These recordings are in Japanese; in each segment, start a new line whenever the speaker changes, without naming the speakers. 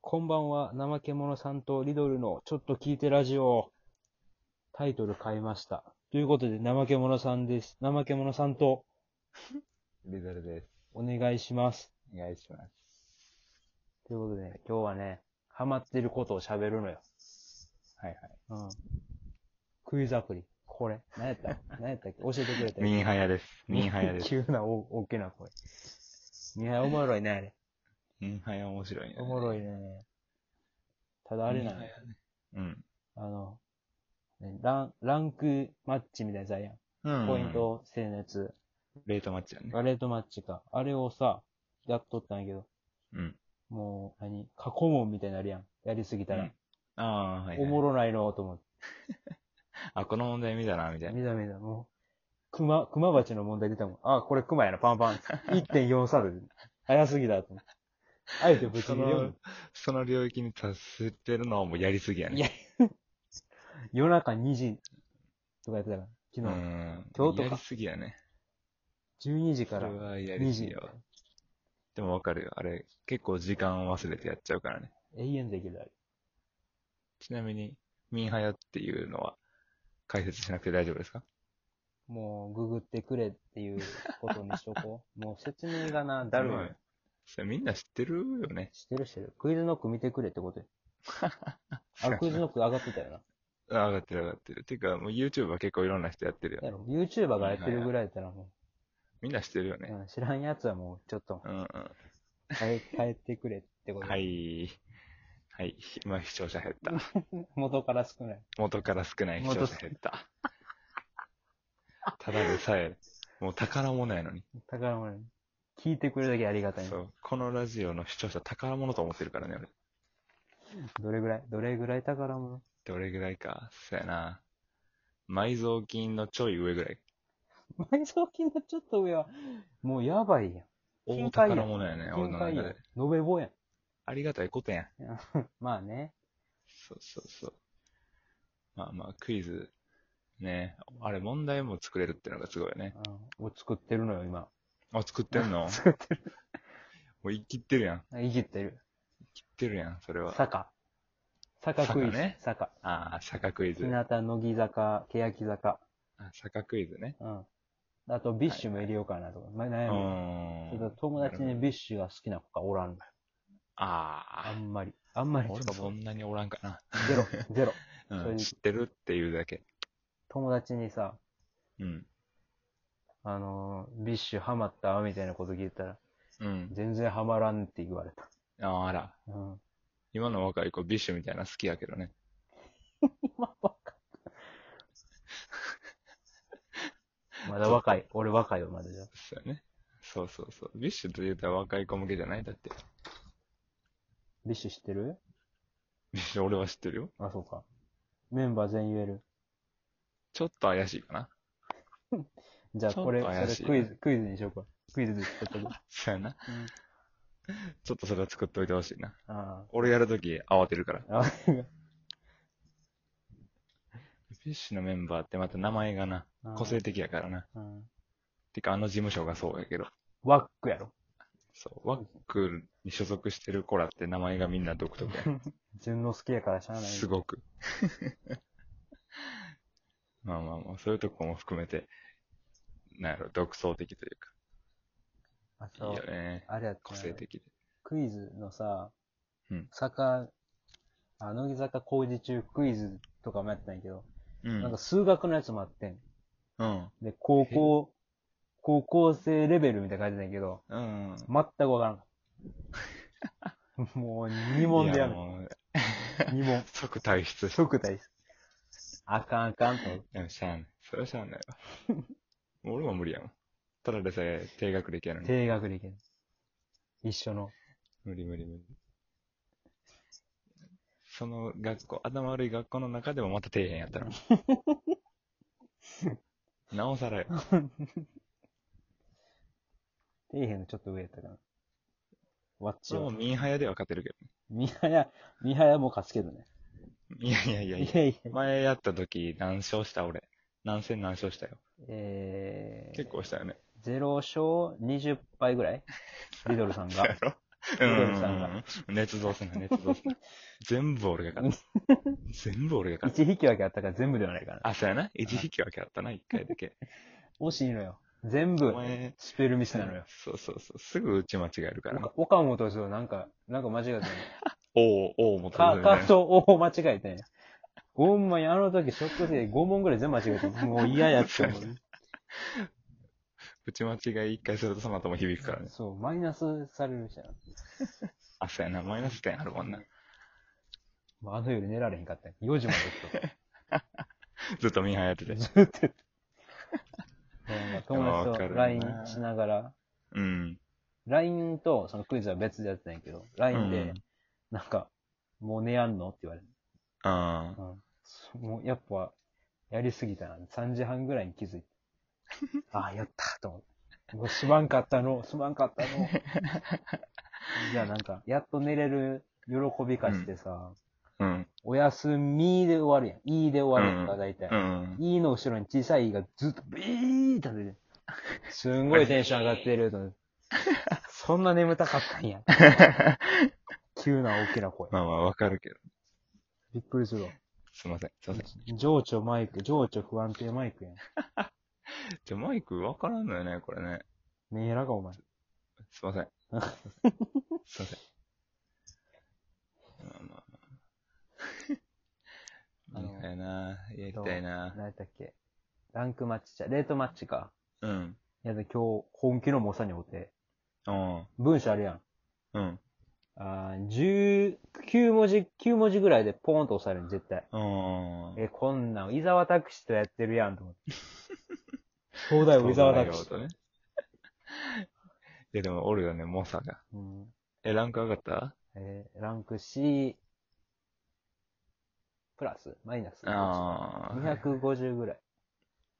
こんばんは、怠け者さんとリドルのちょっと聞いてラジオ。タイトル変えました。ということで、怠け者さんです。怠け者さんと
リドルです。
お願いします。
お願いします。
ということで、ね、今日はね、ハマってることを喋るのよ。
はいはい。
うん。クイズアプリ。これ。何やった 何やったっけ教えてくれた
ミンハヤです。ミンハヤです。
急なお、大きな声。ミンハヤおもろいね、あれ。
ミンハヤ面白いね。
おもろいね。ただあれなの
ミン
よ
ハヤねうん。
あの、ねラン、ランクマッチみたいなやつあるやん。
うん
ポイント制のやつ、
レートマッチやね。
ガレートマッチか。あれをさ、やっとったんやけど、
うん。
もう、何過去問みたいになるやん。やりすぎた
う
ら
ん。ああ、はい、
お
はい。
もろないのと思って。
あ、この問題見たな、みたいな。
見た見た、もう。熊、熊鉢の問題出たもん。あ、これ熊やな、パンパン。1.4差で。 早すぎだと思って。あえてぶち切
そ
れよ
の。、その領域に達してるのはもうやりすぎやね。
いや夜中2時とかやってたから、
う
昨日。
ん。
今日とか
やりすぎやね。
12時
そ
か
れ
ら
はや
2
りすぎ
時
よ。。でもわかるよ。あれ、結構時間を忘れてやっちゃうからね。
永遠できるあれ。
ちなみに、ミンハヤっていうのは解説しなくて大丈夫ですか
もう、ググってくれっていうことにしとこ う。もう説明がな、だるいのよ。
うんそれみんな知ってるよね。
知ってる知ってる。クイズノック見てくれってことよ。あ、クイズノック上がってたよな。
あ上がってる上がってる。てか、もう YouTube は結構いろんな人やってるよ。
やろ、YouTuber がやってるぐらいやったらも
みんな知ってるよ
う、
ね。
うん知らんやつはもうちょっと、
うんうん。
帰帰ってくれってこと。
はい。はい。今、視聴者減った。
元から少ない。
元から少ない視聴者減った。ただでさえ、もう宝物やのに。
宝物に。聞いてくれるだけありがたい。
そう。このラジオの視聴者宝物と思ってるからね、俺。
どれぐらいどれぐらい宝物
どれぐらいか。そやな。埋蔵金のちょい上ぐらい。
埋蔵金のちょっと上は、もうやばいやん。
大
金塊や
宝物やね、俺
金
の
塊や
中
ん。
で
延。べ棒やん。
ありがたいことやん。
まあね。
そうそうそう。まあまあ、クイズ。ねあれ、問題も作れるってのがすごいよね。
うん。を作ってるのよ、今。
あ、作ってんの
作ってる。
もう生きってるや ん。
いじってる。
生きってるやん、それは。
坂。坂クイズ。
坂ね
坂。
ああ、坂クイ
日
ズ。
向、乃木坂、欅坂。
あ坂クイズね。
うん。あと、ビッシュも入れようかなとか。まあ、
う
悩むよ。
ーん。
ちょっと友達にビッシュが好きな子がおらんのよ。あ
あ
んまり。あんま
あ。
り。
俺もそんなにおらんかな。
ゼロ、ゼロ。
う、
そうんいう
知ってるっていうだけ。
友達にさ、
うん。
あのー、ビッシュハマったみたいなこと聞いたら、
うん。
全然ハマらんって言われた。
あああら。
うん。
今の若い子、ビッシュみたいな好きやけどね。
今若 い。まだ若い。俺若いよ、まだじゃ。
そうやね。そうそうそう。ビッシュと言うたら若い子向けじゃないだって。
ビッシュ知ってる
ビッシュ俺は知ってるよ。
あ、そうか。メンバー全員言える。
ちょっと怪しいかな。
じゃあ、これ、
ちょ
それ
っと怪しい
クイズ、クイズにしようか。クイズで作ったけど。
そうやな。
うん
ちょっとそれは作っといてほしいな。
あ
俺やるとき慌てるから。
あ。あ
フィッシュのメンバーってまた名前がな
うん、
個性的やからな。
うん
てかあの事務所がそうやけど。
ワックやろ。
そう。ワックに所属してる子らって名前がみんな独特
順之助やからしゃあ
や。
ない。
すごく。 まあまあまあ、そういうとこも含めて、なんやろ、独創的とい
あ
うか。い
と
いよね。
あれやった
個
な
性的で。
クイズのさ、
うん
坂、あ乃木坂工事中クイズとかもやってないけど、
うん。
なんか数学のやつもあってん。
うん。
で、高校、高校生レベルみたいな感じないけど、
うん。
全くわからんかった。もう2問でやる
い。もう
2問。
即退出して
即大です。あかんあかんと思って。
でもしゃあない。それはしゃあないわ。 俺も無理やもん。ただでさえ低学歴やのに。
低学歴やねん一緒の。
無理無理無理。その学校、頭悪い学校の中でもまた底辺やった ら。なおさらや。
底辺のちょっと上やったかな。わっち
それも
を。
ミンハヤでは勝てるけ
ミハヤ、ミハヤも勝つけどね。
ど。いやいやいやい
い
や。
やいや。
前やった時、何勝した俺。何戦何勝したよ。
えー、
結構したよね。
0勝20敗ぐらいリドルさんが
や。ろう
ルさんが
ん。熱造すな、熱造すな。全部俺が勝 った。全部俺が勝っ
一引き分けあったから全部ではないから。
た。あ、そうやな。一引き分けあったな、一回だけ。
惜しいのよ。全
お
部、
前、
スペルミスなのよ。
そうそうそう。すぐ打ち間違えるからな。
岡本投手となんか、なんか間違えたね。
おう、おう、もと
カカートを間違えたんや。ほんまにあの時ショックで5問ぐらい全部間違えた。もう嫌やったもん。
打ち間違い一回するとその後も響くからね。
そう、マイナスされるしな。
あ、そうやな。マイナス点あるもんな。
まああの夜寝られへんかったんや。4時まで起きとった
ずっとミーハーやってて。
ずっとやってた。友達
わか
と
るな
LINE しながら、
うん。
LINE とそのクイズは別でやってたんやけど、LINE
う
で
ん、
なんか、もう寝やんのって言われて。
ああ。
うん。もうやっぱ、やりすぎたな。3時半ぐらいに気づい て。ああ、やったと思って。もうすまんかったの、すまんかったの。じゃあなんか、やっと寝れる喜びかしてさ、
うん。
おやすみで終わるやん。いいで終わるやん
う
か、大体。
うん。
いいの後ろに小さいいがずっとビーって出てる。すんごいテンション上がってると思って。そんな眠たかったんや。急な大きな声。
まあまあ、わかるけど。
びっくりするわ。
すいません。すいません。
情緒マイク、情緒不安定マイクやん。
じゃ、マイクわからんのよね、これね。
メンヘラか、お前。
すいませ ん。すいません。まあまあまあ。いいかやな。やりたいな。
何やったっけランクマッチじゃ、レートマッチか。
うん。
いやで、今日、本気の猛者におって。
うん。
文章あるやん。
うん。
あー19文字、9文字ぐらいでポーンと押される絶対。
うん。
え、こんなん、伊沢拓司とやってるやんと思って。 東大王伊沢拓
そう
司。
だよとね。いや、でも、おるよね、猛者が。
うん。
え、ランク上がった
えーランク C、プラス、マイナス。
ああ。
250ぐらい。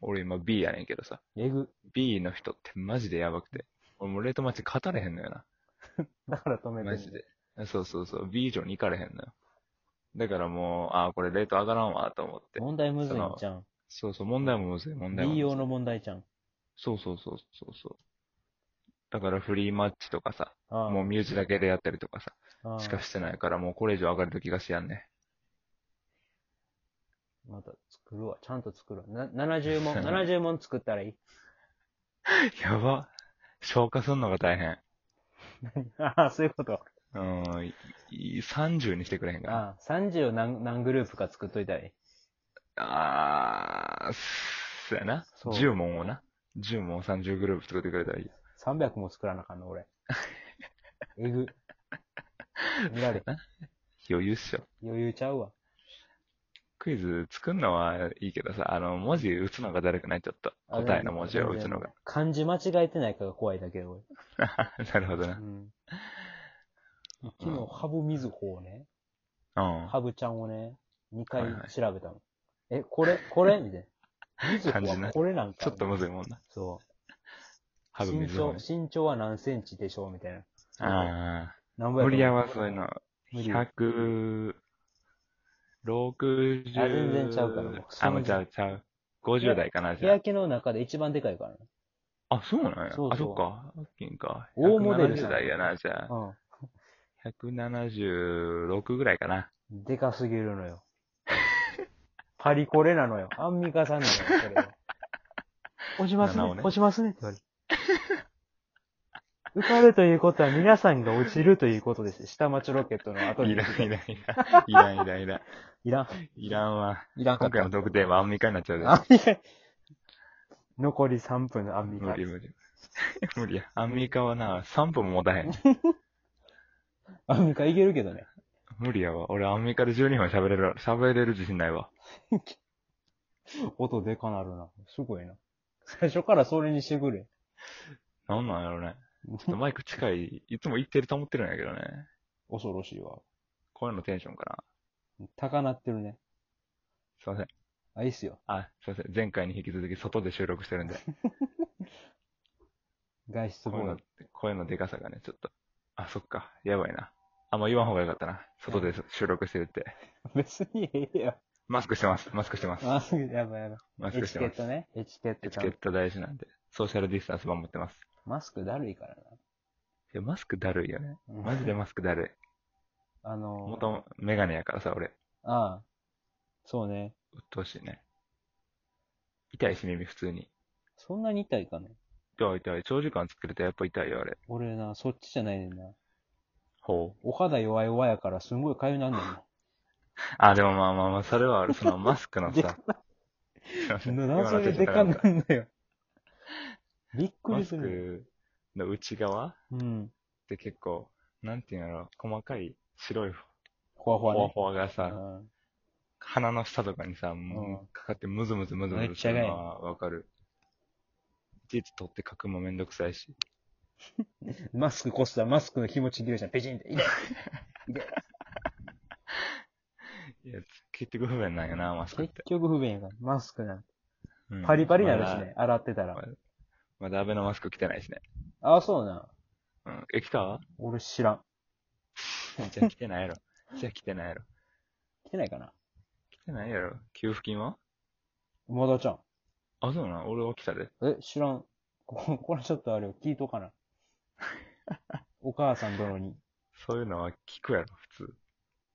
俺今 B やねんけどさ。
えぐ。
B の人ってマジでやばくて。俺もうレートマッチ勝たれへんのよな。
だから止めてんね
マ
ん
ジで。。そうそうそう。B 以上に行かれへんのよ。だからもう、ああ、これレート上がらんわ、と思って。
問題むずいんじゃん。
そうそう、問題もむずい、問題もむ
B
ずい。
用の問題じゃん。
そうそうそうそうそう。だからフリーマッチとかさ、
ああ
もう身内だけでやったりとかさ、
ああ
しかしてないから、もうこれ以上上がる気がしやんね。
また作るわ。ちゃんと作るわ。な70問、70問 作ったらいい。
やば。消化すんのが大変。
ああ、そういうこと。
うん、いい30にしてくれへんかな。
ああ、30を何何グループか作っといたらい
あー、そうやな。
そう
10問をな。10問を30グループ作ってくれたらいい。
い。300も作らなあかんの、 俺。えぐ。見られへん。
余裕っしょ。
余裕ちゃうわ。
クイズ作んのはいいけどさ、あの、文字打つのがだるくない、ちょっと。
あ
答えの文字を打つの。
全
が
然。漢字間違えてないかが怖いだけど、
なるほど
俺。
な
う。ん。昨日、ハブみずほをね、
うん。
ハブちゃんをね、2回
はいはい
調べたの。え、これ、こ れみたいな。みず
漢字
ほ
な
はこれなんか。
ちょっとむずいもんな。
そう。
ハブ
身
水穂
長、
ね。
身長は何センチでしょうみたいな。
あ
何
あ。
倍
無理やわ、そういうの。
無理。
100、60。
あ全然ちゃうからもう
あ、もうちゃうちゃう。50代かな、
日
じゃ
焼けの中で一番でかいからね。
あ。あ、そうなんや。
そうそう
あ、そっか。アッキンか。
大モデルさん
170代やな、じゃあ。
う
176ぐらいかな。
ん。でかすぎるのよ。パリコレなのよ。アンミカさんなのよ、それは。押します
七
ね
尾ね
押しますねって言われる。受かるということは皆さんが落ちるということです。下町ロケットの後に。
いらん、いらん、いらん。いらん、いらん、いらん。
いらん。
いらんわ。
いらんか
今
った
回の特典はアンミカになっちゃうで。
アンミカ。残り3分のアンミ
無
カ
理。無理。無理や。アンミカはな、3分も持たへん。
アンミカいけるけどね。
無理やわ。俺アンミカで12分喋れる、喋れる自信ないわ。
音でかなるな。すごいな。最初からそれにしてくれ。
なんなんやろね。ちょっとマイク近い、いつも一定で保ってるんやけどね。
恐ろしいわ。
声のテンションかな。
高鳴ってるね。
すいません。
あ、いいっすよ。
あ、すいません。前回に引き続き外で収録してるんで、
外出
声
後
の、声のでかさがね、ちょっと。あ、そっか。やばいな。あんま言わん方がよかったな。外で収録してるって。
別にええや
マスクしてます。マスクしてます。
あ、やばいやばい。
マス
エ
ク
チ
して
ケ
ま
ッ
す
ト。ね。エチケッ
エ
ト
チ
ちゃ
ケ
ん
ッ
と。
ト大事なんで、ソーシャルディスタンス守ってます。
マスクだるいからな。
や、マスクだるいよね。
うん
マジでマスクだる
あ
い。
の、
もとも、メガネやからさ、俺。
ああ。そうね。
鬱陶しいね。痛いし、耳普通に。
そんなに痛いかね。
痛い痛い。長時間作るとやっぱ痛いよ、あれ。
俺な、そっちじゃないねんな。
ほう。
お肌弱い弱やからすんごい痒なんだよな。
あ、でもまあまあまあ、それはある。そのマスクの
で
さ。
ななぜでか
今の
な
ちょっと
んだよ。びっく
マ
り
ス
する。
クの内側っ
うん。
て結構、なんていうんだろう、細かい白い
ほわほ
ほわ
わね。
ほわがさ、
うん
鼻の下とかにさ、
ん
かかってムズムズムズム
め
ズ
っ
す
ちゃ
る
がや
のはわかる。いちいち取って書くもめんどくさいし。
マスクこすったらマスクの気持ち切れるじゃん。ペチンって。痛い痛い
いや、結局不便なんやな、マスクっ
結
て。
局不便やから。マスクなんて。
うん
パリパリになるしね。。洗ってたら
ま。まだまだ安倍のマスク着てないしね。
ああ、そうな。
うん。え、着たわ
俺知らん。
じゃあ着てないやろ。じゃあ着てないやろ。
来てないかな。
着てないやろ。給付金は
まだちゃん。
あ、そうなん。俺は来たで。
え、知らん。 ここれちょっとあれよ。聞いと かな。お母さん殿に。
そういうのは聞くやろ、普通。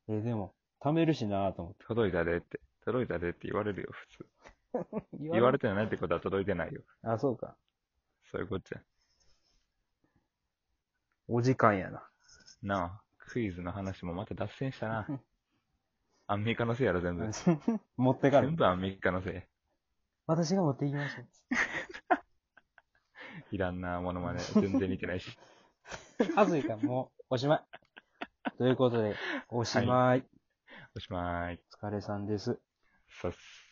え、でも、貯めるしなぁと思って。
届いたでって。届いたでって言われるよ、普通。言われてないってことは届いてないよ。
あ、そうか。
そういうことや。
お時間やな。
なあ、クイズの話もまた脱線したな。アンミカのせいやろ、全部。
持ってかれ
全。部アンミカのせ
私が持っていきましょ
い。いらんな、モノマネ。全然似てないし。
う。はずいか、もう、おしまい。ということで、おしまい。
おしまい。
お疲れさんです。
さっす。